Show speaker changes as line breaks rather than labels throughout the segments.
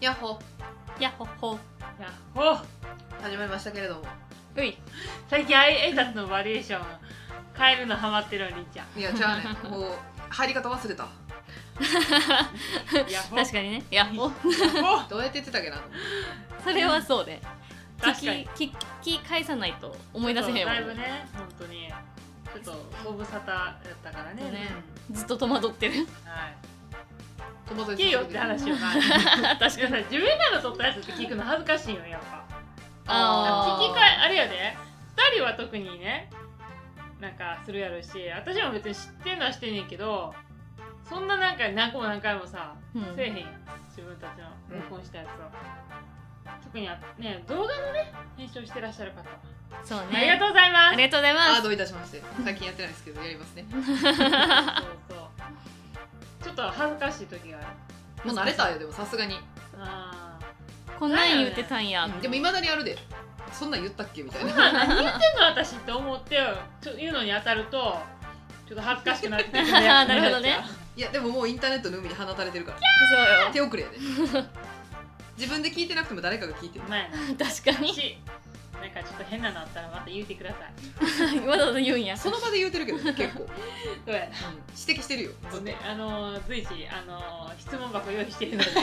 やっほ
やっほっほ
やっほ
始まりましたけれども
うい
最近あい挨拶のバリエーション変えるのハマってるお兄ちゃん
いや じゃあねもう入り方忘れた
やっほ
確かにねやっ ほ
やっほ
どうやって言ってたっけな
それはそうで
確かに
聞き聞き返さないと思い出せへんわ
だいぶね本当にちょっとご無沙汰やったからね
ねずっと戸惑っ てる
はい
友達
聞けよって話をな
確か
でもさ自分らの撮ったやつって聞くの恥ずかしいよやっぱ
あー
聞き返あれやで2人は特にねなんかするやろし私も別に知ってんのは知ってんねんけどそんななんか何個も何回もさ、
うん
せえへんやん自分たちの録音したやつを、特にあね動画のね編集をしてらっしゃる方、
そうね
ありがとうございま
あ
す
りがとうござい
あー
ま
どういたしまして最近やってないですけどやりますね
そうそうちょっと恥ずかしい時がある
もう慣れたよでもさすがに、
あー
すこんなん言うてたんや
うんでもいまだにあるでそんなん言ったっけみたいな
まあ何言ってんの私って思ってちょ言うのに当たるとちょっと恥ずかしくなってくるやつ
なるほどね
いやでももうインターネットの海に放たれてるか
そう
ら手遅れやで自分で聞いてなくても誰かが聞いてる
うまいな
よ 確かに
しなんかちょっと変なのあったらまた言うてくださ い。
わざわざ言うんや
その場で言うてるけ どね結構、うん
そうや
指摘してるよずっと
ね、あのー随時あのー質問箱用意してる のでお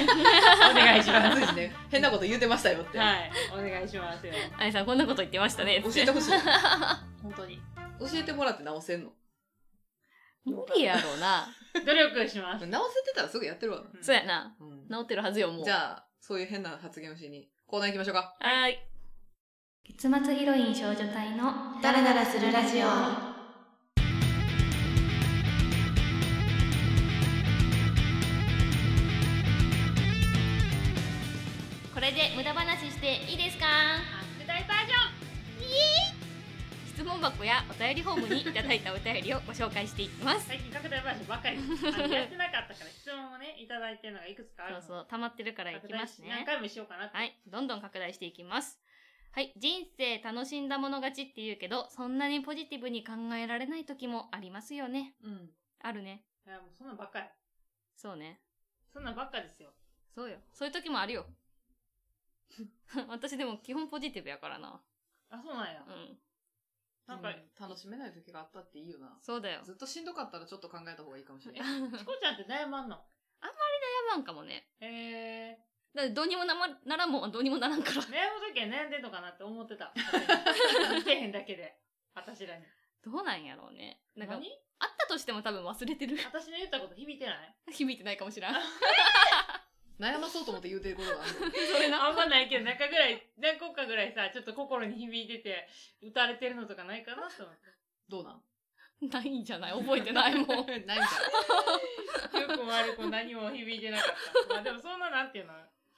願いします。
随時ね変なこと言うてましたよって、
はい、お願いしますよ。
あいさんこんなこと言ってましたね
教えてほしい
本当に
教えてもらって直せんの
無理やろうな
努力します。
直せてたらすぐやってるわな、
ん
そうやな
うん
治ってるはずよもう
じゃあそういう変な発言をしにコーナー行きましょうか
はーい月末ヒロイン少女隊の
ダラダラするラジオ
これで無駄話していいですか
拡大バージ
質問箱やお便りフォームにいただいたお便りをご紹介していきます
ョン。最近拡大バージョンばっかりあのやってなかったから質問もねいただいてるのがいくつかある
そ
の
う。そう溜まってるからいきますね
拡大し何回もしようかなって。
はい、どんどん拡大していきます。はい、人生楽しんだもの勝ちって言うけど、そんなにポジティブに考えられない時もありますよね。
うん。
あるね。
いやもうそんなんばっかり。
そうね。
そんなんばっかですよ。
そうよ。そういう時もあるよ。 私でも基本ポジティブやからな。
あそうなんや
う。ん。
なんか
うん楽しめない時があったっていいよな
そうだよ。
ずっとしんどかったらちょっと考えた方がいいかもしれ
え
ない
チコちゃんって悩まんの。
まんかもね。
へえ。
だってどうにもな,、ま、ならんもん、どうにもならんから。
悩む時は悩んでんのかなって思ってた。見てへんだけで。私らに。
どうなんやろうね。なんか、あっ
何
たとしても多分忘れて る。
私の言ったこと響いてない
響いてないかもしらん。
悩まそうと思って言うてることがある
それな。
あんまないけど、何回ぐらい、何個かぐらいさ、ちょっと心に響いてて、打たれてるのとかないかなと思っ
どうなん
ないんじゃない 覚えてないもん。
ないんか
て。 よくも悪くも何も響いてなかった。まあでもそんななんていうの、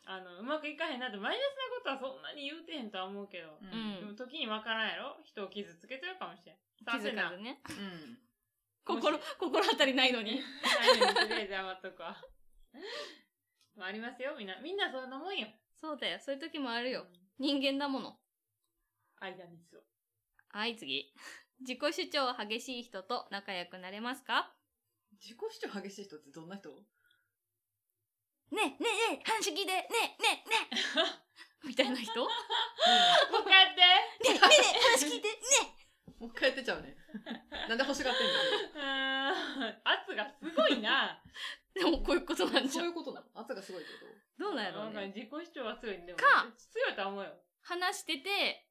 あの、うまくいかへんなって、マイナスなことはそんなに言うてへんとは思うけど、
い、
う
でも
ん。
時にわからんやろ人を傷つけてるかもしれん。
気づか
な
ずね。
うん
心、心当たりないのに。
ないのにとりあえず黙っとくわ。まあありますよ、みんな。みんなそんなもんよ。
そうだよ。そういう時もあるよ。人間だもの。
間につを。
はい、次。自己主張激しい人と仲良くなれますか
自己主張激しい人ってどんな人
ねえ、ねえ、ねえ、話聞いて、ねえ、ねえ、ねえ。みたいな人ね
もう一回やって
え、ねえ、ねえ、話聞いて、ね
もう一回やってちゃ うねなんで欲しがってん
うーん。圧がすごいな。
え。でも、こういうことな
の
んじ
そ
ゃ
うい
ん。
うことなの圧がすごいってこ
どうなんやろ
な
うん
か
ね。
自己主張は強いんでも
か
強いとは思うよ
話してて、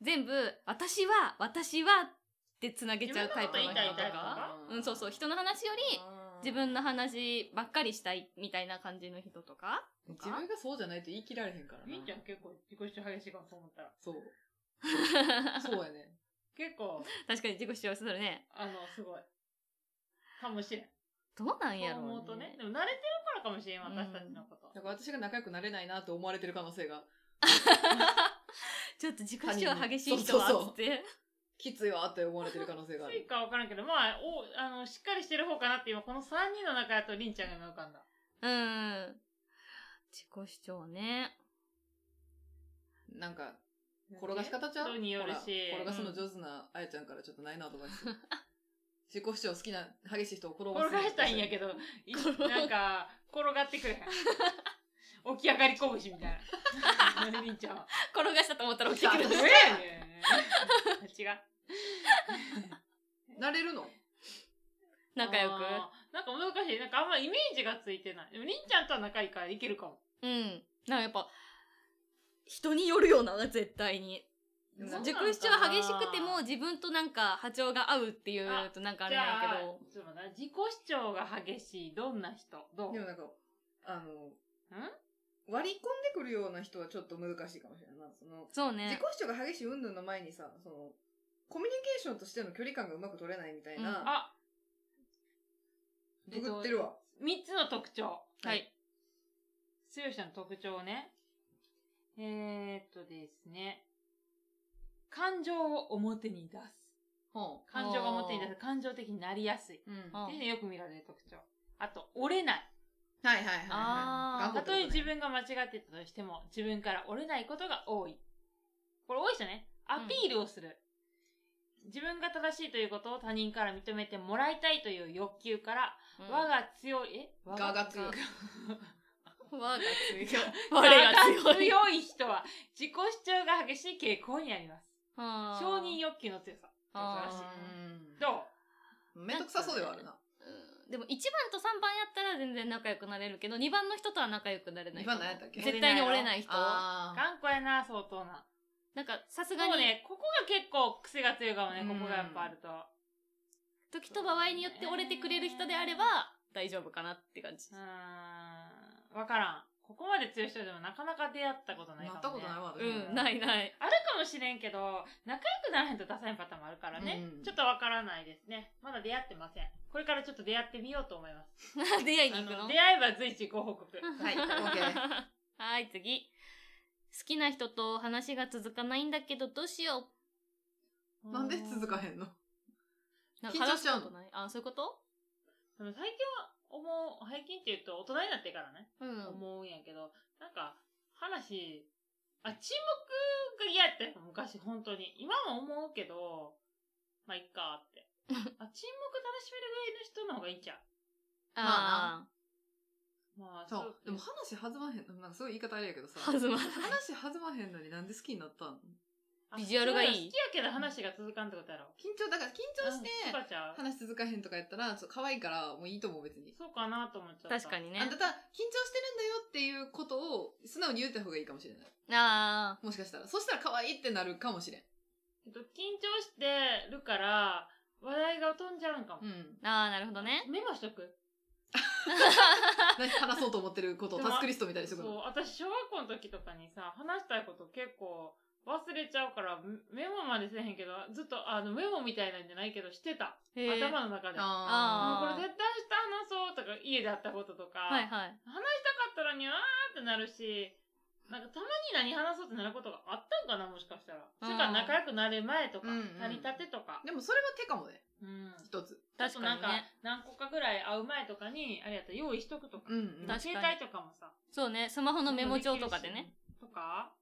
全部、私は、私は、って繋げちゃうタイプの人
自分のこと言いたいタ
と
イプ
か。
か
うん、そうそう。人の話より、
と
自分の話ばっかりしたい、みたいな感じの人とか。
自分がそうじゃないと言い切られへんからな
みーちゃん結構自己主張激しいかもと思ったら
そうそうやね
結構
確かに自己主張するね。
あのすごいかもしれん
どうなんや
そう
ろ
思う
う
とね
ね。
でも慣れてるからかもしれん私たちのこと、
だから私が仲良くなれないなと思われてる可能性が
ちょっと自己
他
主
人
張
に
激しい人は、
そうそう
つ
そう
って。
きついわって思われてる可能性があ
つい
る
かわからんけどまあおあのしっかりしてる方かなって今この3人の中やとりんちゃんが今浮かんだ
うん。自己主張ね。
なんか転がし方ちゃう
人によるし
ほら転がすの上手なあやちゃんからちょっとないなとかし て自己主張好きな激しい人を転がす
転がしたいんやけどいなんか転がってくれへん起き上がりこぶしみたいな。 なるみちゃんは。
転がしたと思ったら起きてくる
どうやねん。違う。
なれるの
仲良く
あーなんか難しい。なんかあんまイメージがついてない。でも、りんちゃんとは仲いいからいけるかも。
うんなんかやっぱ人によるよな絶対に
でも
そう
熟
なの
し
か
は
な
激しくても自分となんか波長が合うっていうとなんかあれなんやけど
じゃあちょっと待って自己主張が激しい。どんな人どう
でもなんか、あの、割り込んでくるような人はちょっと難しいかもしれないな。その、
そう
自己
ね
主張が激しい云々の前にさ、その、コミュニケーションとしての距離感がうまく取れないみたいな、
あ、
ぶぐってるわ。
三つの特徴。
はい。
つよしの特徴ね。えー、っとですね。感情を表に出す。
ほ
感情が表に出す。感情的になりやすい。
う。うん。
あ
は
っていうのよく見られる特徴。あと、折れない。
いはいはいはい。
あ
頑
ー
た
固
と
っ
え
てことね
自分が間違ってたとしても、自分から折れないことが多い。これ多い人ね。アピールをする。自分が正しいということを他人から認めてもらいたいという欲求から、
うん
我が強い、え我
我が強い。
我が強い
我
我が
が
強い
強い人は自己主張が激しい傾向にあります。
はあ
承認欲求の強さ。素晴らしい。どう
めんどくさそうではあるな。
うんでも1番と3番やったら全然仲良くなれるけど2番の人とは仲良くなれない
二番何やったっけ
絶対に折れない人
あー
頑固やな、相当な。
なんかさすが
そう
に
ね、ここが結構癖が強いかもね、ここがやっぱあると。
時と場合によって折れてくれる人であれば大丈夫かなって感じ
うーん、わからん。ここまで強い人でもなかなか出会ったことないか
な
も、ね。
ったことないわ、私
うんないない
あるかもしれんけど、仲良くならへんと出さへんパターンもあるからね。
うん
ちょっとわからないですね。まだ出会ってません。これからちょっと出会ってみようと思います。
出会いに
あ
行く
の
の
出会えば随時ご報告。
はい OK
はい次好きな人と話が続かないんだけどどうしよ
なんで続かへんの
うなん
緊張しちゃうの
話すことないあそういうこと
でも最近は思う、最近って言うと大人になってからね、
うん
思うんやけど、なんか話、あ、沈黙が嫌やったよ、昔、本当に。今も思うけど、まあ、いっか って。あ、沈黙楽しめるぐらいの人の方がいいんちゃ
あ
うまあ、
そう。でも話弾まへん。なんかすごい言い方あれやけどさ。
あ弾まない
話弾まへんのになんで好きになったの
あ
ビジュアルがいい
そうの好きやけど話が続かんってことやろ。
緊張、だから緊張して、
うんそうかちゃう
話続かへんとかやったら、ちょっと可愛いから、もういいと思う、別に。
そうかなと思っちゃった。
確か。にね
あんたただ緊張してるんだよっていうことを素直に言った方がいいかもしれない。
あ
もしかしたら。そしたら可愛いってなるかもしれん。
緊張してるから、話題が飛んじゃうんかも。
うん。
ーあーなるほどね
メモしとく。
何話そうと思ってることを
でも
タスクリストみたいにし
そ
と
う
くの。、
私、小学校の時とかにさ、話したいこと結構忘れちゃうから、メメモまでせえへんけど、ずっと、あの、メモみたいなんじゃないけど、してた。
へー
頭の中で。もう
あ
ー
これ絶対明日話そうとか、家であったこととか、
はいはい
話したかったのに、わーってなるし、なんかたまに何話そうってなることがあったんかな、もしかしたら。
うん
それから仲良くなる前とか、
うんうん
なりたてとか
ー。。でもそれは手かもね。
うん。
一つ。
あと
確か
なん
に
か
ね、
何個かぐらい会う前とかに、あれやったら用意しとくとか。
うん、うん。
確か
携帯とかもさ、
そうねスマホのメモ帳とかでね
とか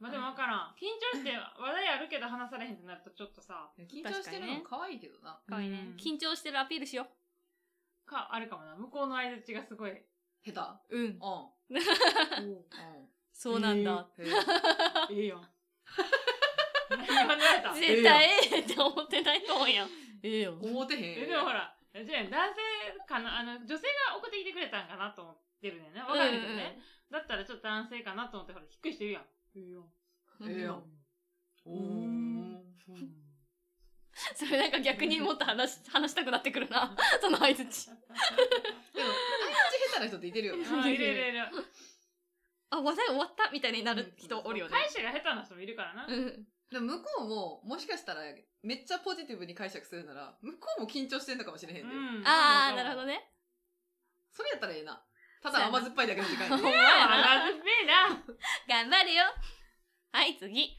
まあでもわからん。緊張して話題あるけど話されへんってなるとちょっとさ、
緊張してるのも可愛いけどな。
可愛いね
うん
緊張してるアピールしよ
か、あるかもな。向こうの相槌がすごい。
下手。
ううん
うん。うん。
そうなんだ
へー
ええやん。言わ れた。
え
絶対ええって思ってないと思うやん。ええよ。
思ってへん。
えでもほら、じゃあ男性かな、あの、女性が送ってきてくれたんかなと思ってるんだよね。わかるけどね。だったらちょっと男性かなと思って、ほら、ひっくりしてるやん。ええやん。
ええやん。おー
それなんか逆にもっと話し、話したくなってくるな。その相槌。
でも、相手下手な人っていてるよね。
あ いるいるい る。
あ、話題終わったみたいになる人おるよね。
返しが下手な人もいるからな。
うん。
でも向こうも、もしかしたら、めっちゃポジティブに解釈するなら、向こうも緊張してんのかもしれへんで。
うん
あー、なるほどね。
それやったらええな。ただ甘酸っぱいだけの時間
ほ
や
ん
ね
まやな
あ、ずっぺえな。
頑張れよ。はい、次。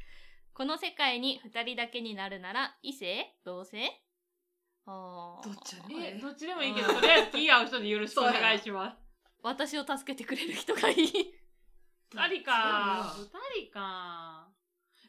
この世界に二人だけになるなら、異性同性あー
どっちやね
え、
え
どっちでもいいけど、とりあえず気合う人でよろしくお願いしま
私を助けてくれる人がいい。
す。二人か。二人か。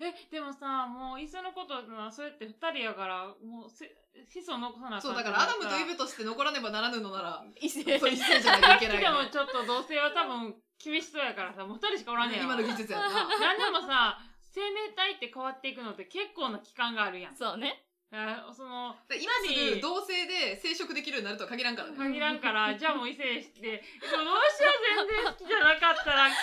え、でもさ、もう、いっそのことな、そうやって二人やから、もうせ、子孫残さなあ
そう、だ
って
か
な
らア
った
ダムとイブとして残らねばならぬのなら、
一
そ
斉
う一斉じゃないといけ ない
で
よ
も
ね。
ちょっと同性は多分厳しそうやからさ、もう二人しかおらんねやろ。
今の技術やんな。
なんでもさ、生命体って変わっていくのって結構な期間があるやん。
そうね。
あその、
で今すぐ同性で生殖できるようになるとは限らんからね。
限らんから、じゃあもう異性して、でもどうしよう全然好きじゃなかったら、き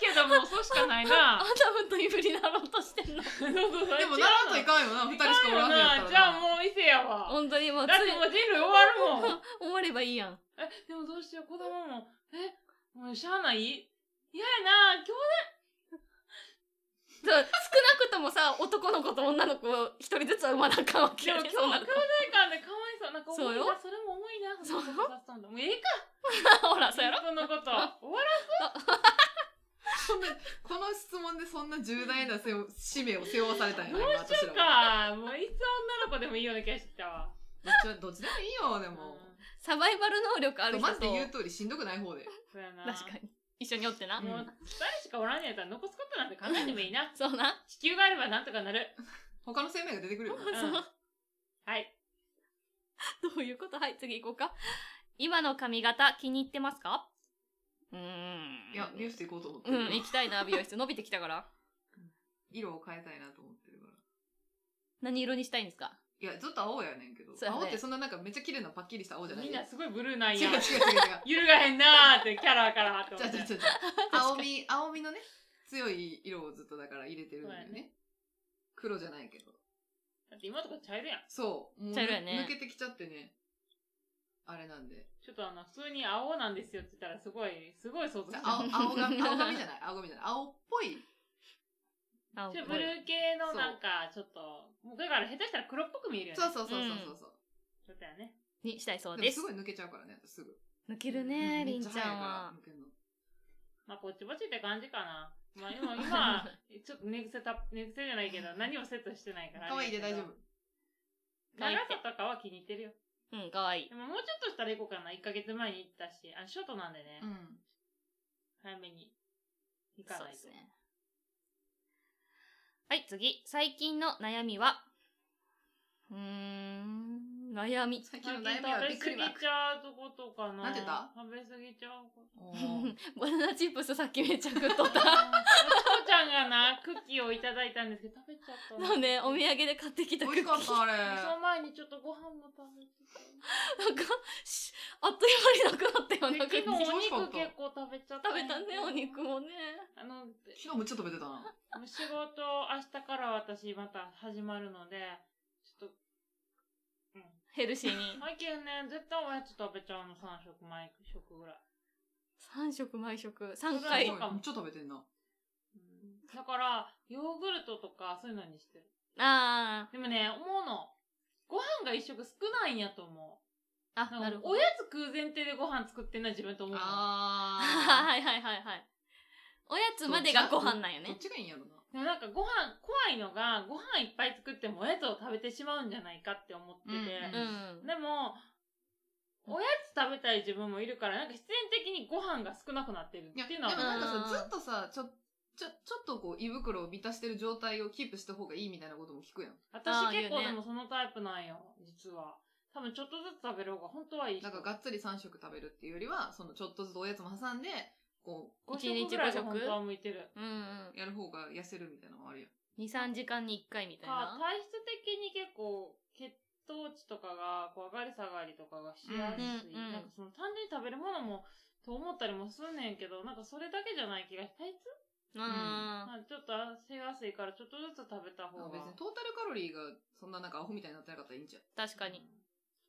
ついけどもうそうしかない
ア
な。
ダムとイブになろうとしてんの。
で
でも
も
ならんといかんよな、二人しかおらんのやったらな。
じゃあもう異性やわ。
本当にもうつい
だってもう人類終わ るもん。
終わればいいやん。
え、でもどうしよう、子供も。え、もうしゃあない嫌やな、今日
そう少なくともさ男の子と女の子を一人ずつは生まなあかんわけ
で
や
も
ね
今
そうな
日
ると
兄弟間でかわいそう。なんか重いな、それも重いな、
そうよ
そのことさせたんだ。もうええか
ほらそうやろ
そのこと。終わ
そんなこの質問でそんな重大なせよ使命を背負わされたんやな、今私
る
らは。
か。もういつ女の子でもいいような気がしてきたわ。
どっちどっちでもいいよ、で
うん
も。
サバイバル能力ある人
マジ
と
で言う通りしんどくない方で。
そうやな。
確かに一緒におってな、
に
もう、二人しかおらんねやったら残すことなんて考えてもいいな。
そうな
地球があればなんとかなる。
他の生命が出てくるよな。
うん
そう
はい。
どういうことはい次行こうか今の髪型気に入ってますかうーん
いや、美容室行こうと思って
う
る
ん行きたいな美容室伸びてきたから
色を変えたいなと思ってるから。
何色にしたいんですか
いや、ずっと青やねんけど。
そうやね
青ってそんななんかめっちゃ綺麗なパッキリした青じゃない
みん
よ
なすごいブルーなん
違う違
や
う。違
揺るがへんなーってキャラからって思 っ
う違う。違う違う
て。
違う。青み、青みのね、強い色をずっとだから入れてるんだよ
そうや
ね。黒じゃないけど。
だって今のとか茶色やん。
そう。もう
茶色やね
抜けてきちゃってね。あれなん で。
ちょっとあの、普通に青なんですよって言ったらすごい、すごい想像し
じ
た
ゃあ青、青髪、青髪じゃない青髪じゃない青っぽい
青
ちょっとブルー系のなんか、ちょっと、もうだから下手したら黒っぽく見えるよね。
そうそうそうそうそう。
ちょっとやね。
にしたいそうう
でも
ですす
ごい抜けちゃうからね、すぐ。
抜けるね
う
りんちゃん
めっ早い
は
から抜けるの
まあ、ぼちぼちって感じかな。まあ、今、 今、ちょっと寝癖た、寝癖じゃないけど、何もセットしてないから。
可愛いで大丈夫。。
長さとかは気に入ってるよ。
うんかわいい
でも、もうちょっとしたら行こうかな。1ヶ月前に行ったし、あ、ショートなんでね。
うん。
早めに行か
そう
ない
です
と。
ねはい次最近の悩みはうーん悩み
最近
最
の
近
悩みはびっく
食べ
りマー
過ぎ
ク
ちゃうとことかな。
なんて言った
食べ過ぎちゃうこと。
おー
バナナチップスさっきめっちゃ食っ とっ
ちこ
た
ちゃんがな、クッキーをいただいたんですけど、食べちゃった
そうねお土
産。
産で買ってきた
美
クッ
味
キ
し
ー
か
なん
っ
か
た、あ れ。
その前にちょっとご飯も食べてた。
しあっという間になくなったよ
で
なクッキ
昨日
ー
お
食
肉結構食べちゃった。
べたねお肉。もね
あの、
昨日めっちゃ食べてたな。
仕事、明日から私また始まるので、ちょっと、うん。
ヘルシー に
最近ね、絶対おやつ食べちゃうの、3食、毎食ぐらい。
3食毎食3
は
す
回
ご
そ
い
れは
めっちゃ食べてんな。
うんだから、ヨーグルトとか、そういうのにしてる。
あ
でもね、思うの。ご飯が一食少ないんやと思
ーあ
う。
なるほ
お
ど
やつ食う前提でご飯作ってんな、自分と思うの。
あー。
はいはいはいはいおやつまでがご飯なんよ
ど
ね
っちがいいんやろな。
でもなんかご飯、怖いのが、ご飯いっぱい作ってもおやつを食べてしまうんじゃないかって思って
うん
う
て。
ん
でも、おやつ食べたい自分もいるから、なんか必然的にご飯が少なくなってる
いや、
ってい
で
う
も
のは。
なんか
うん
さ、ずっとさ、ちょ、ちょ、ちょっとこう、胃袋を満たしてる状態をキープした方がいいみたいなことも聞くやん。
あー
私結構
言う
で
ね
もそのタイプなんよ、実は。多分ちょっとずつ食べる方が本当はいい
な
人。
んかがっつり3食食べるっていうよりは、そのちょっとずつおやつも挟んで、こ
5
一日
食ぐらいが
五食
本当は向いてる。
うんうん
う、やる方が痩せるみたいなのもあるやん。
23時間に1回みたい
か
な
体質的に結構血糖値とかがこう上がり下がりとかがしやすい、
うんうんうん
なんかその単純に食べるものもと思ったりもすんねんけどなんかそれだけじゃない気が体質、
あ
まあ、ちょっと汗が安いからちょっとずつ食べた方
別に
が
トータルカロリーがそんななんかアホみたいになってなかったらいいんじゃん。
ー確かに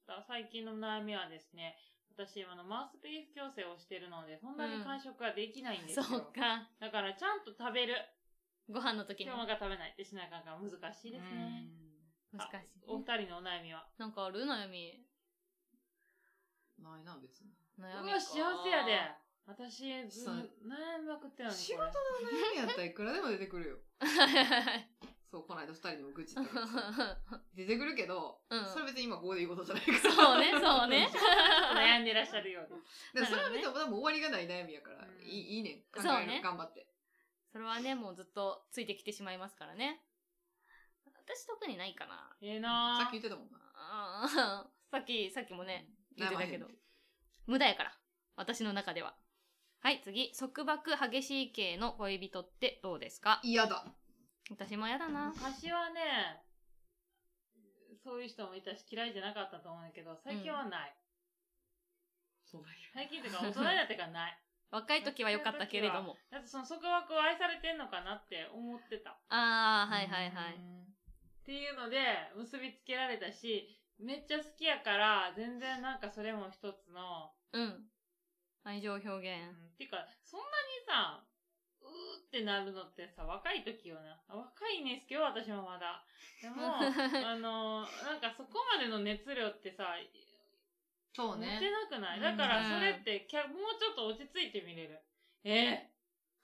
だから最近の悩みはですね私今のマウスピース矯正をしてるのでそんなに完食ができないんです
そ
よ、
うか
だからちゃんと食べる
ご飯の時に
今日が食べないってしなあかんから難しいですね、
難しい
お二人のお悩みは
なんかある悩み
うんないな、別に。
悩
う
み
わ
か
幸せやで私ずっ
そ
と
う
悩みまくってたのに
仕
こ
事の
れ
悩みやったらいくらでも出てくるよ。そう、この間二人にも愚痴ったけど さ出てくるけど、
うん
それ別に今ここで言うことじゃないから。
そうねそうね
悩んでらっしゃるよう
で
で
もそれは
なる
別に多分終わりがない悩みやから、
うん
いいいいねん。考
そう
える、
ね
頑張って。
それはね、もうずっとついてきてしまいますからね。私特にないかな。
ええな
さ
ぁ。
っき言ってたもんな。
あー さっき、さっきもね、言ってたけど
悩まへんって。
無駄やから。私の中では。はい、次。束縛激しい系の恋人ってどうですか
嫌だ。
私も嫌だな。
昔はね、そういう人もいたし嫌いじゃなかったと思うんだけど、最近はない。
そうだよ。
最近というか大人になってからない。
若い時は良かったけれども。
だってその束縛を愛されてんのかなって思ってた。
ああ、はいはいはい。
うん。っていうので、結びつけられたし、めっちゃ好きやから、全然なんかそれも一つの、
うん。愛情表現。
うんてか、そんなにさ、うーってなるのってさ、若い時よな。若いんですけど、私もまだ。で も、あのーなんかそこまでの熱量ってさ、
そ
持
う
て
ね。
なくない、
うん
だからそれってきゃ、もうちょっと落ち着いて見れる。え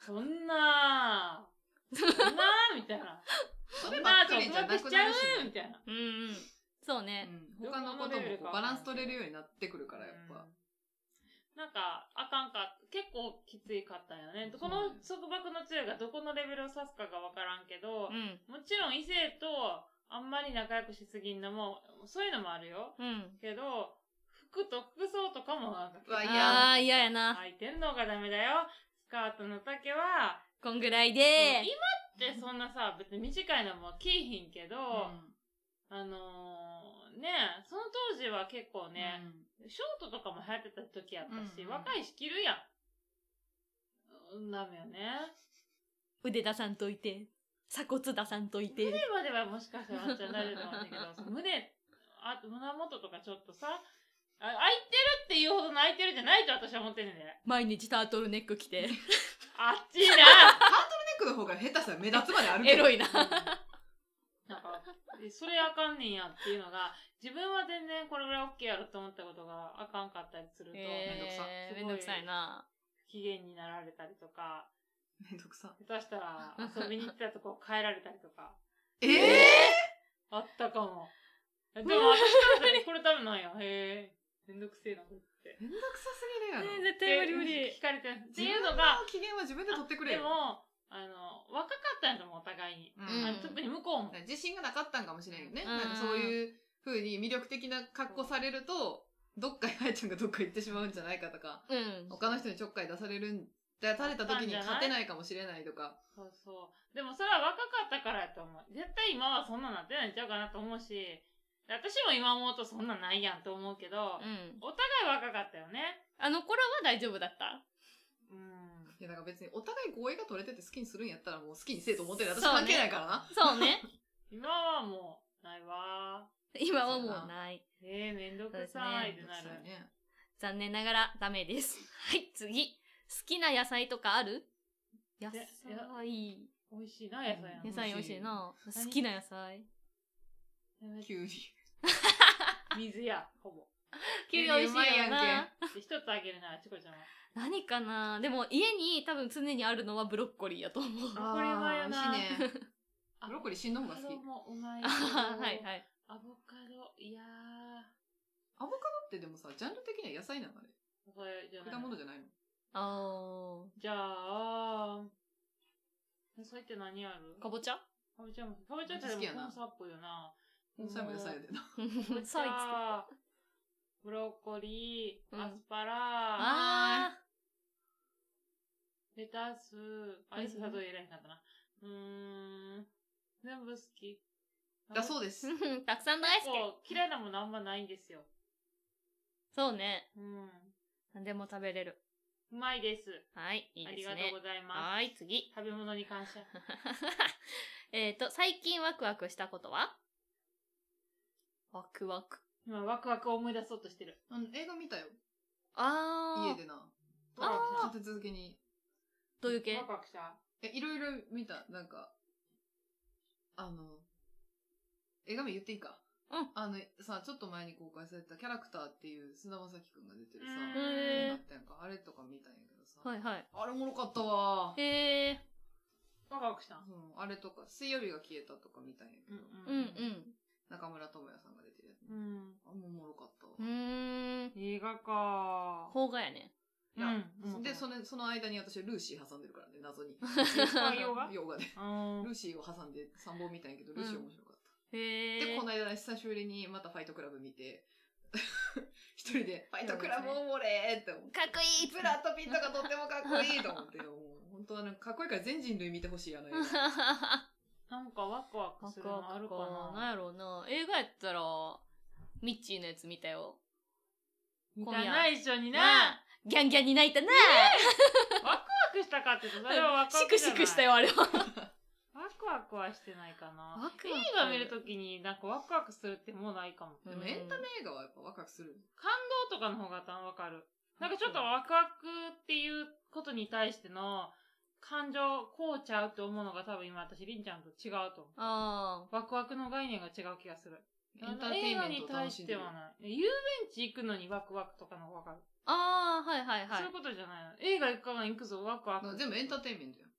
ーそんなー、そんなーみたいな。
そ
そ
れ
ん
ば
な
っか
ー
りじゃな
束縛し
く
ちゃ
な
う
るしね
みたいな。
うんうん。そうね。
うん、他のこともこうバランス取れるようになってくるからやっ
うん
ぱ、
なんか、あかんか、結構きついかったよね。こ
そう
の
ね
束縛の強いがどこのレベルを指すかがわからんけど、
うん。
もちろん異性とあんまり仲良くしすぎんのも、そういうのもあるよ。
うん。
けど、服と服装とかもなんか、
うわ
あ
嫌
あ、嫌やな。
履いてるのがダメだよ。スカートの丈は、
こんぐらい
今
で。
ってそんなさ、別に短いのも着いひんけど、
う
あのー、ねその当時は結構
ん
ね、ショートとかも流行ってた時やったし、
うん
若いし着るやん。うんダメよね。
腕出さんといて。鎖骨出さんとい
胸
て。
まではもしかしたらワンちゃん大丈夫だったけど、その胸、あ胸元とかちょっとさ、あ開いてるっていうほどの開いてるじゃないと私は思ってんねんで。
毎日タートルネック着て。
あっちいな
ネックの方が下手したら目立つまである
エロいな。
なんか、えそれあかんねんやっていうのが、自分は全然これぐらい OK やろって思ったことがあかんかったりすると、
えーめ
めん
ん
ど
どく
くさ
さ
い
いな。
不機嫌になられたりとか、
めんどくさ
下手したら遊びに行ってたとこ変えられたりとか。
え
あったかも。でも 私からこれ食べないよ。へえ。めんどくせえな、これって。
めんどくさすぎるやろ、
絶
って聞かれてる。って
自
い
分
う
の
のが、
機嫌は自分で取ってくれ
で
よ
も、あの、若かったんやと思う、お互いに。
う
あ
ん
の特に向こうも。
自信がなかったんかもしれんよね、
うん
なんかそういう風に魅力的な格好されるとどっかにあやちゃんがどっか行ってしまうんじゃないかとか
うん。
他の人にちょっかい出されるん出された時に勝てないかもしれないとか
そうそう。でもそれは若かったからやと思う。絶対今はそんななってないんちゃうかなと思うし、私も今思うとそんなないやんと思うけど、
うん。
お互い若かったよね。
あの頃は大丈夫だ った
うん。
いやだから別にお互い合意が取れてて好きにするんやったらもう好きにせえと思ってる私
そうね
関係ないからな、
そうね。
今はもう、ないわ
今はもうない。
ー。えー、めんどくさいってな
めんどくさ
る
い。ね
残念ながらダメです。はい、次。好きな野菜とかある野菜。
美味しいな、野菜や
うん
野
な。
菜美味しいな。
菜
好きな野菜。
急に
水や、ほぼ。
きゅうり美味しいよ
うまいやん
な。
で一つあげるなら、チコちゃんは。
何かなでも家に多分常にあるのはブロッコリーやと思う。
あこれうまいよな
あー美味しいね
あ
ブロッコリー死んだ方が好き
アボカドもうまいよ。
はいはい。
アボカド、いや
アボカドってでもさジャンル的には野菜なのあれ
ー。これじゃない
果物じゃないの
あ
じゃあ、野菜って何ある
ー。かぼち ゃ
かぼちゃも、かぼちゃってでも
好きやな
コンサっぽいよな。
野菜も野菜やでな
そういつ。
あーブロッコリ
うん
ー、アスパラ、
あ
レタス、あ、レタスはどう言えらへんかったな。うーん、全部好き。
だそううです
ー。たくさん大好き。
嫌いなものあんまないんですよ。
そうね。
うん。
何でも食べれる。
うまいです。
はい、いいですね。
ありがとうございま
はい、次。
す。食べ物に感謝。
えっと、最近ワクワクしたことはワクワク。
今、ワクワクを思い出そうとしてる。
あの映画見たよ
あー。
家でな
ワクワクした
立て続けに
どういう系
ワクワクした。
えいろいろ見たなんかあの映画名言っていいか
うん
あのさちょっと前に公開された「キャラクター」っていう菅田将暉くんが出てるさ
うん
映
へ
画
ー
あったやんかあれとか見たんやけどさ、
はいはい。
あれおもろかったわ
へえ。
ワクワクした。
うん、あれとか「水曜日が消えた」とか見たんやけど、
うんうん。
中村智也さんが出てるやつ、
うん。うん。
あれもおもろかったわ、
うーん。
映画か
邦画やね。
いや
うん
でそのその間に私はルーシー挟んでるからね謎に。
あ洋画
ヨガで。
うん。
ルーシーを挟んで3本見たんやけど、ルーシー面白かった。
へ
で、
え
この間久しぶりにまたファイトクラブ見て、 一人でファイトクラブおもれーって思って。
かっこいい
ブ ラッド・ピットがとってもかっこいいと思って、もう本当はなんかかっこいいから全人類見てほしいやな、映画
なんかワクワクするのあるか
なん
な。
やろうな。映画やったら、ミッチーのやつ見たよ。
見
今
た
夜
ない一緒にな。
な
ワ
あギャンギャンに泣いたな。
クワクしたかって言うと、それはワクワ
シ
ク
ク
じゃ
シ
ない。
クした。よ、あれは。
ワクワクはしてないかな。
ワク
映
ワク
画見るときになんかワクワクするってもうないかも。
でもエンタメ映画はやっぱワクワクする。
感動とかの方が多分わかる。なんかちょっとワクワクっていうことに対しての感情、こうちゃうって思うのが多分今私、りんちゃんと違うと思う。
あ
ワクワクの概念が違う気がする。
エンターテインメン
映
ト
画
を
に対
楽し
し
ん
て
でる
は。ない。遊園地行くのにワクワクとかの方がわかる。
あ。ああ、はいはいはい
そういう。ことじゃないの。映画行くから行くぞ、ワクワ
だから
ク。
全部エンターテインメントやん。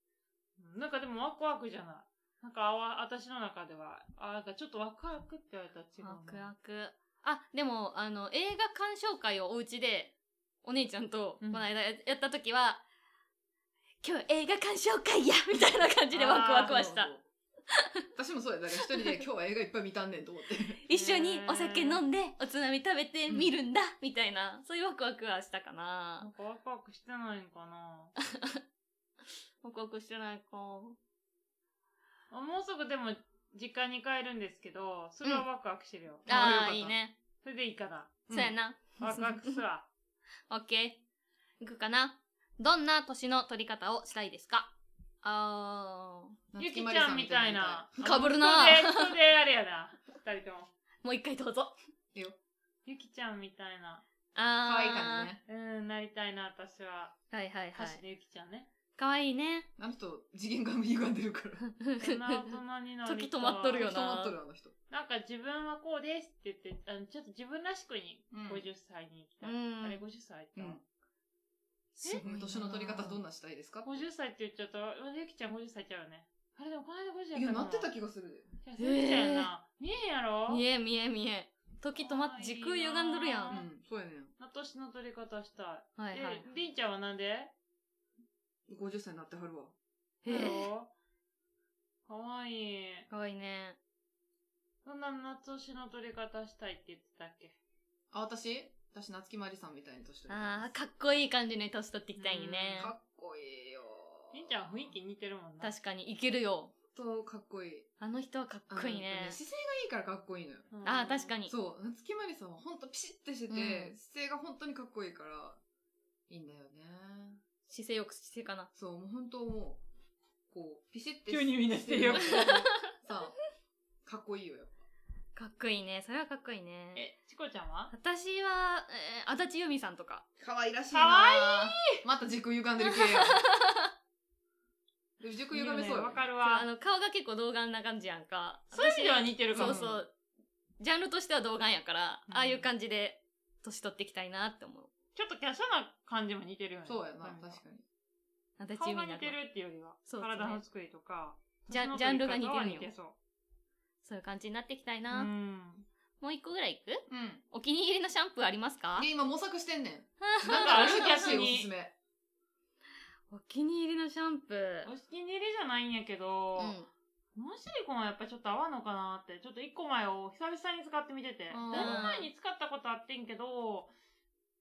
なんかでもワクワクじゃない。なんかあわ、私の中では、あなんかちょっとワクワクって言われたら違うな。
ワクワク。あ、でも、あの、映画鑑賞会をお家で、お姉ちゃんと、こ
うん
の間ややった時は、今日映画鑑賞 会やみたいな感じでワクワクはした。
そうそう私もそうや。だから一人で今日は映画いっぱい見たんねんと思って。
一緒にお酒飲んで、おつまみ食べて
うん
見るんだ、みたいな、そういうワクワクはしたかな
なん。かワクワクしてないのかな。
ワクワクしてないか。
あもうすぐでも、実家に帰るんですけど、それはワクワクしてるよ。
あよか
あ
っ
あ、
た
いいね。
それでいいかな。
そうやな。
ワクワクすわ。
オッケー。いくかな。どんな年の取り方をしたいですかあー。
夏
ゆ
木
き
マ
ち
リ
ゃ
さ
んみたいな。
かぶるな
あ人で、人であれやな。二人とも。
もう一回どうぞ。
ゆきちゃんみたいな。
あー。
可愛い感じね。
うん、なりたいな、私は。
はいはいは
歌手
い。
でゆきちゃんね。
かわいいね。
あの人、次元が歪んでるから。
そんな大人になりたい。
時止まっとるよな
止まっとる、あの人。
なんか自分はこうですって言って、あのちょっと自分らしくに
うん
50歳に行きたい。
うん
あれ50歳って、
うん
すごいな
年の取り方どんなしたいですかって
?50 歳って言っちゃったら、あゆきちゃん50歳ちゃうよね。あれでもこの間50歳
いや、なってた
け
気がする。
ど。ゆきちゃんやな。見えへんやろ
見え見え見え。時止まって時空歪んどるや。
うんん、そうやね
な年の取り方した。
はいい
で
はい。、
りんちゃんはなんで
ん。50歳になってはるわ。
へ
や
え。
ろかわいい。
かわいいね。
そんな夏推しの取り方したいって言ってたっけ
あ、私私、夏木マリさんみたいに年取りたい
あー、かっこいい感じの年取っていきたいね
ー。
かっこいいよ。
りんちゃん雰囲気似てるもんな。
確かに、いけるよ。
と、かっこいい。
あの人はかっ
あの
こいいね。
姿勢がいいからかっこいいのよ。
うん
あー、確かに。
そう、夏木マリさんはほんとピシッてしてて、
う
姿
ん
勢が本当にかっこいいから、いいんだよね。
姿勢よく姿勢かな。
そう、もう本当もう、こう、ピシッて
急にみんなして るよ
してるけどさあ、かっこいいよ、やっぱ。
かっこいいね。それはかっこいいね。
え、チコちゃんは
私は、えー、足立由美さんとか。
可愛らしい
かわ
いまた軸歪んでる系や。でも軸歪めそう
いいよね
よ、
わかる
そう
わ
あ。の、顔が結構童顔な感じやんか。
そういう意味では似てるか
そ
も。
うそう。ジャンルとしては童顔やから、
うん
ああいう感じで年取っていきたいなって思う。
ちょっと華奢な感じも似てるよね。
そうやな、
髪が
確かに。
足立
顔
由
が
美な
似
ん
て
か。
るっていうよりは、
そうそうね
体の作りとか、
ジャン
その取り方は
ジャンルが似てるよ
似てそう。
そういう感じになっていきたいうな。
ん。
もう一個ぐらいいく
うん。
お気に入りのシャンプーありますか
で、今模索してんねん。
なんかある
シャンプー
逆に
おすすめ。
お気に入りのシャンプー。
お気に入りじゃないんやけど、ノンシリコンはやっぱちょっと合わんのかなって、ちょっと一個前を久々に使ってみてて、だい
うん
ぶ前に使ったことあってんけど、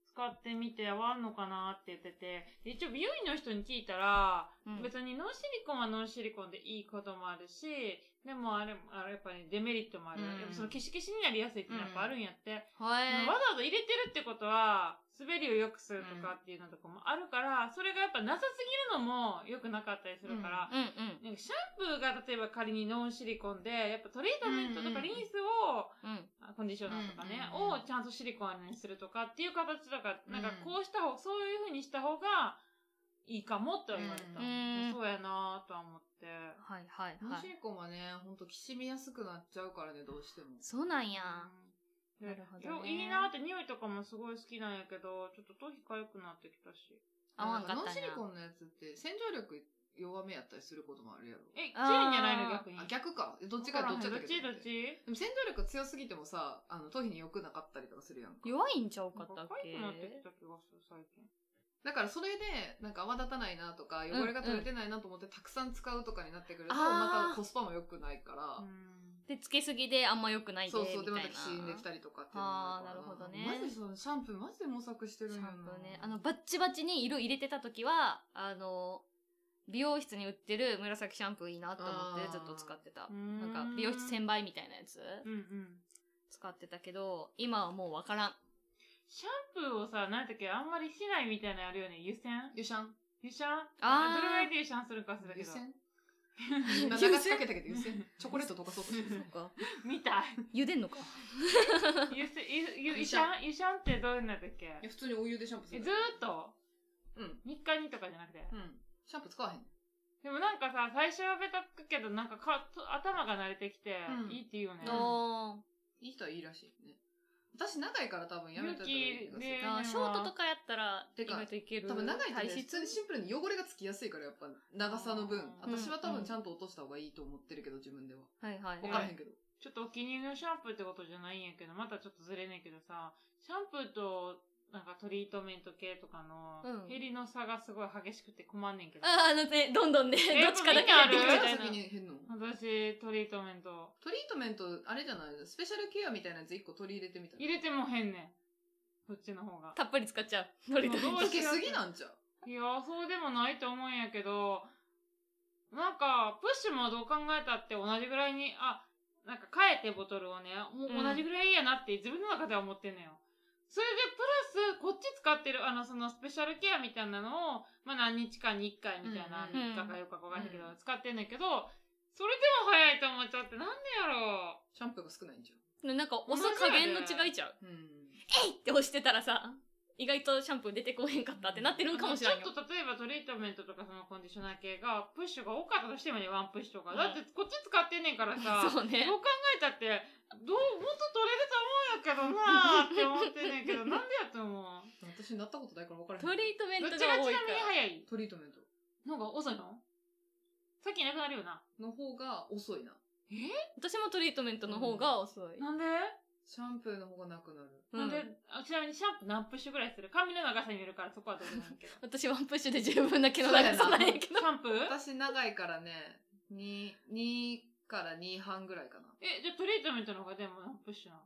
使ってみて合わんのかなって言ってて、で一応美容院の人に聞いたら、
うん。うん
別にノンシリコンはノンシリコンでいいこともあるし、でもあれ、あれやっぱり、デメリットもある。
うん
やっぱそのキシキシになりやすいっていうのはやっぱあるんやって。
は
わ
い。
ざわざ入れてるってことは、滑りを良くするとかっていうのとかもあるから、それがやっぱなさすぎるのも良くなかったりするから、
うんうん。
なんかシャンプーが例えば仮にノンシリコンで、やっぱトリートメントとか
うんうん
リ
うん
ンスを、
うん。
あコンディショナーとかね、
うんうんうん
をちゃんとシリコンにするとかっていう形とか、なんか
うん
こうした方、そういう風にした方がいいかもとは言われた。
うん
そうやなぁとは思って。
はいはい
ノ
は
ンシ
い。
リコンはね、ほんときしみやすくなっちゃうからね、どうしても。
そうなんや。
うん
なるほどね
いやいいなーって匂いとかもすごい好きなんやけど、ちょっと頭皮痒くなってきたし。
合わんかった
ノ
んや
ンシリコンのやつって洗浄力弱めやったりすることもあるやろ。
え、強
あー
いんじゃないの逆に。
あ、逆か。どっちか
わ
ど
ら
っ
ん
ちか
どっちどっち
でも洗浄力強すぎてもさ、あの、頭皮に良くなかったりとかするやんか。
弱いんちゃうかったっ
痒
け
くなってきた気がする、最近。
だからそれで、なんか泡立たないなとか、
ん
汚れが取れてないなと思ってたくさん使うとかになってくると、
あー
またコスパも良くないから、
で、つけすぎであんま良くないで、
そう
み
そう、で
た
ま
い
た
な。
きしんできたりとかっていうのもるから
あーなるほど
マ
ね
ジそのシャンプーマジで模索してるん
シャ
や
ン
な
プーね。あの、バッチバチに色入れてた時は、あの、美容室に売ってる紫シャンプーいいなと思って
あー
ずっと使ってた。な
なん
か、美容室
倍。
1000倍みたいなやつ
うんうん。
使ってたけど、今はもうわからん。
シャンプーをさ、なんだっけ、あんまりしないみたいなのあるよね。湯煎
湯シャン
湯シャン
あー
どれぐらいで湯シャンするかするけ
湯
ど。
煎 今流しかけたけど湯煎チョコレート溶かそうとしてる。
みたい。
茹でんのか。
湯煎、湯湯湯シャン湯シャンってどういうのだっけ
いや普通にお湯でシャンプーす
え
る
ずーっと
うん。
?3 日にとかじゃなくて。
うん。シャンプー使わへん。
でもなんかさ、最初はベタつくけど、なんかかと頭が慣れてきて、
うん
いいって言うよね。
おー
いい人はいいらしいね。私長いから多分やめといたらいい気がす
勇気
る
で。
あーショートとかやったら、
て
意
か
外といける。
多分長いとね、
体
普
質
通にシンプルに汚れがつきやすいからやっぱ長さの分
あ。
ー
私は多分ちゃんと落とした方がいいと思ってるけど自分では。
はいはい。
わからへんけど。
ちょっとお気に入りのシャンプーってことじゃないんやけど、またちょっとずれねえけどさ、シャンプーと、なんかトリートメント系とか
う
の
ん、
減りの差がすごい激しくて困んねんけど。
あーあのね、どんどんね、
え
どっちかだけ
みんな
や
ある
るみたい
先
な。
に変の
私、トリートメント、
トリートメント、あれじゃないスペシャルケアみたいなやつ一個取り入れてみたら。
入れても変ねん。こっちの方が。
たっぷり使っちゃう。どれだ
どう
つけすぎなんちゃう
いやー、そうでもないと思うんやけど、なんか、プッシュもどう考えたって同じぐらいに、あ、なんか変えてボトルをね、も
う
うん同じぐらいやなって自分の中では思ってんのよ。それで、プラス、こっち使ってる、あの、そのスペシャルケアみたいなのを、まあ何日かに1回みたい
う
な、
ん
うん
3日か4日か分かんないけ
う
ど、
ん
使ってんねんけど、それでも早いと思っちゃって、なんでやろう。
シャンプーが少ないんちゃ
なんか、押す加減の違いちゃう。
ううん。
えいって押してたらさ、意外とシャンプー出てこへんかったってなってるんかもしれんよ
あの。ちょっと例えばトリートメントとかそのコンディショナー系がプッシュが多かったとしてもね、ワンプッシュと
う
か。
ん
だってこっち使ってんねんからさ、
そうね
どう考えたって、どう、もっと取れると思うんやけどなーって思ってんねん けど、なんでやと思う
私なったことないから分からへん。
トリートメン
どっ
ト
ち
が
がち
多い
な
か
みに早い
トリートメント
なんか遅いのさっきなくなるよな。
の方が遅いな。
私もトリートメントの方が遅い。
なんで、
シャンプーの方がなくなる。
うん。
なんであちなみにシャンプー何プッシュぐらいする髪の長さによるからそこはどうでもいいけど
私ワンプッシュで十分な毛の長 さなんやけ
シ
ど。
ャンプー
私長いからね、2、2から2半ぐらいかな。
え、じゃあトリートメントの方がでも何プッシュなの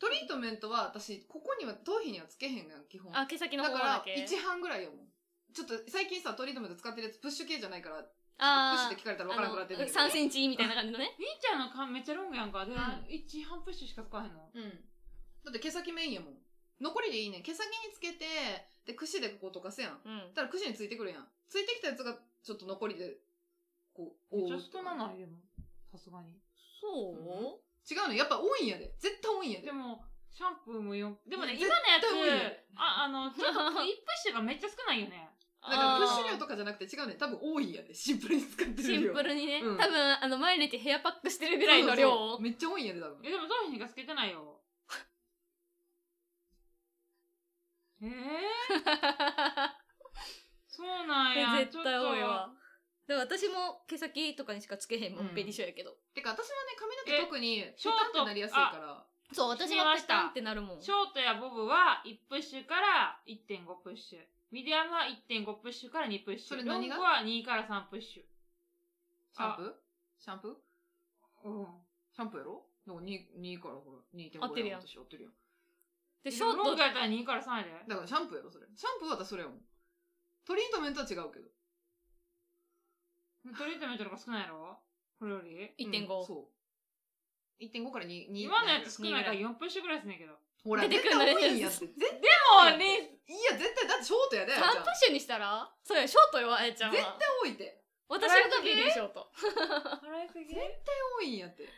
トリートメントは私、ここには、頭皮にはつけへんのよ、基本。
あ、毛先の
だ
方
か
だ
ら、
け。
1半ぐらいよ、もう。ちょっと、最近さ、トリートメント使ってるやつ、プッシュ系じゃないから、プッシュっ
あ
て聞かれたら
ー
分
あ
からな
の、
くなってるんだけど。
3センチみたいな感じのね。
兄ちゃんの髪めっちゃロングやんか。で、
うん
一半プッシュしか使わへんの
うん。だって毛先メインやもん。残りでいいねん。毛先につけて、で、櫛でこう溶かすやん。
うん。
たら櫛についてくるやん。ついてきたやつが、ちょっと残りで、こう、
め
覆
っ
う
ち
と
ゃ
か
少なないでも。さすがに。
そう
違うの、やっぱ多いんやで。絶対多いんやで。
でも、シャンプーも4、でもね、
い
今
や
のや
絶対多いよ
つ
ね、
あ、あの、ちょっと1プッシュがめっちゃ少ないよね。
だから、プッ
あー
シュ量とかじゃなくて違うね。多分多いんやで。シンプルに使ってる
シ
量。
ンプルにね。
うん
多分、あの、毎日ヘアパックしてるぐらいの量
そうそう
を。
めっちゃ多いんやで、多分。
え、でもどうにかつけてないよ。ええー、そうなんや。
絶対多い
ちょっ
わ。でも私も毛先とかにしかつけへんもん、
うん
ペリショやけど。
てか、私はね、髪の
え
毛特に、
シ
シ
ョ
ョ
ー
ー
ト
トってなりやすいから。
そう、
私
私
は
は
ペ
ペ
タ
タ
ン
ン
っ
ってなるも
と
ん。
ショートやボブは1プッシュから1.5プッシュ。ミディアムは1.5プッシュから2プッシュ。
それ何が
ロングは2から3プッシ
シャンプーシャンプー
ュ。うん。
シャンプーやろなんか2、2からほら、2.5
合ってるやん
私合ってるやん。
で、シ
シ
ョ
ョ
ー
ー
ト
トがやったら2から3やで。
だからシャンプーやろ、それ。シャンプーは私それやもん。トリートメントは違うけど。
トリートメントの方が少ないやろこれより
うん
1.5。
そう。1.5から2、2。
今のやつ少ないから4プッシュぐらいすんねんけど。も
ほら、
出て
絶
くるの
対
ね
多いんやって。ぜいや、
うね、
絶対、だってショートやで。
3
じゃ
プッ
あ
シュにしたらそうや、ショートよ、あやちゃんは。
絶対多いって。
私のビリーショート。
払いすぎて
多いんやって。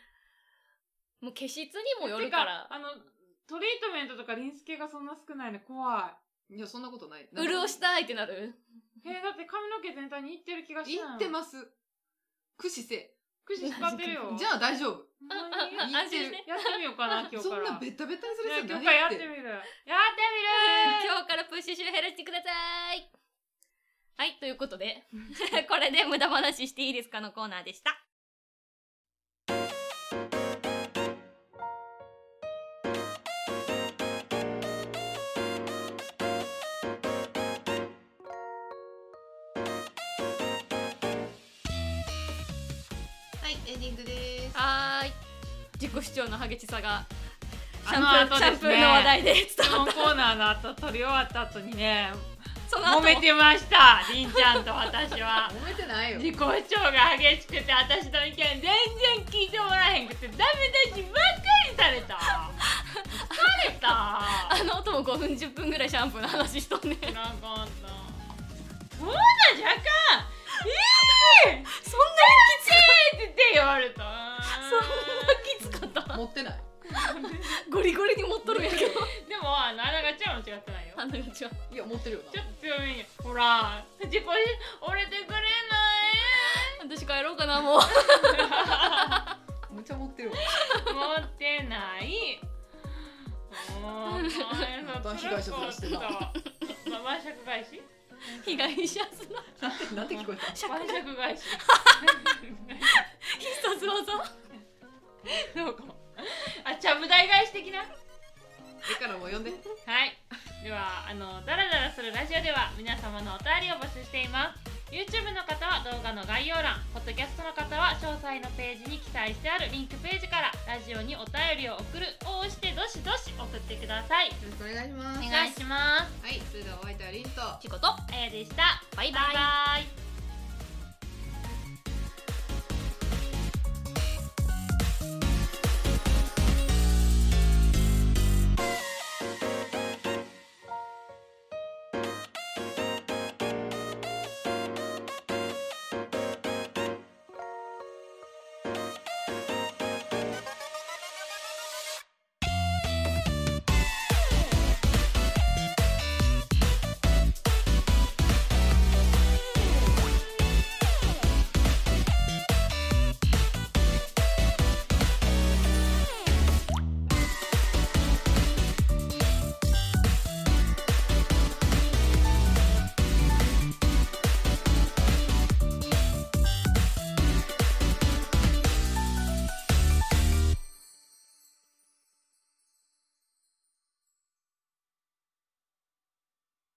もう毛質にもよるから。
あの、トリートメントとかリンス系がそんな少ないの怖
いや、そんなことない。なんか
潤したいってなる。
い。えー、だって髪の毛全体にいってる気がし
言
ない。
ってます。駆使せ。
くし使ってるよ。
じゃあ大丈夫。
ほんまに
ああ
安心して。
やってみようかな、今日
そ
か
ん
ら。
なベタベタにする
じゃあ
必要ない
今日からやって
っ
み
て。
る。やってみる
今日からプッシュシュ減らしてください。はい、ということ で、これで無駄話していいですかのコーナーでした。
エンディングです。
はーい自己主張の激しさがシャ
あの
ンプー、
後
シャン
です
プーの話
ね。
題で伝わ
こ
っ
の
た
コーナーの後、撮り終わった後にね、
その後
揉めてました。りんちゃんと私は。
揉めてないよ。
自己主張が激しくて、私の意見全然聞いてもらえへんくて、ダメ出しばっかりされた。疲れた。
あの音も5分10分ぐらいシャンプーの話しとんねん
なんかあんた。そうだ、若干。
そ
えーって言われた。
んなきつかった
持ってない。
ゴリゴリに持っとるんやけど
でも、あの、あながちは間違ってないよ。
あのうちはい
や、持ってるよ
ち
な
ょっ。と強めに。ほら、自己主折れてくれない。
私帰ろうかなもう
めっちゃ持ってるわ。
持ってない。もう、お前
また被害者面してた
わ。晩酌返し
被害者すな
なんて聞 こえた。
晩酌返し。
必殺技
どうかも。あ、ちゃぶ台返し的な。
だからもう呼んで。
はい。では、あの、ダラダラするラジオでは皆様のお便りを募集しています。YouTube の方は動画の概要欄、ポッドキャストの方は詳細のページに記載してあるリンクページからラジオにお便りを送るを押してどしどし送ってください。
よろしくお願いします。
お
はい
願い、
お願いします。
それではお相手はリンと。
仕事
あやでした。
バイバイ
バイバイ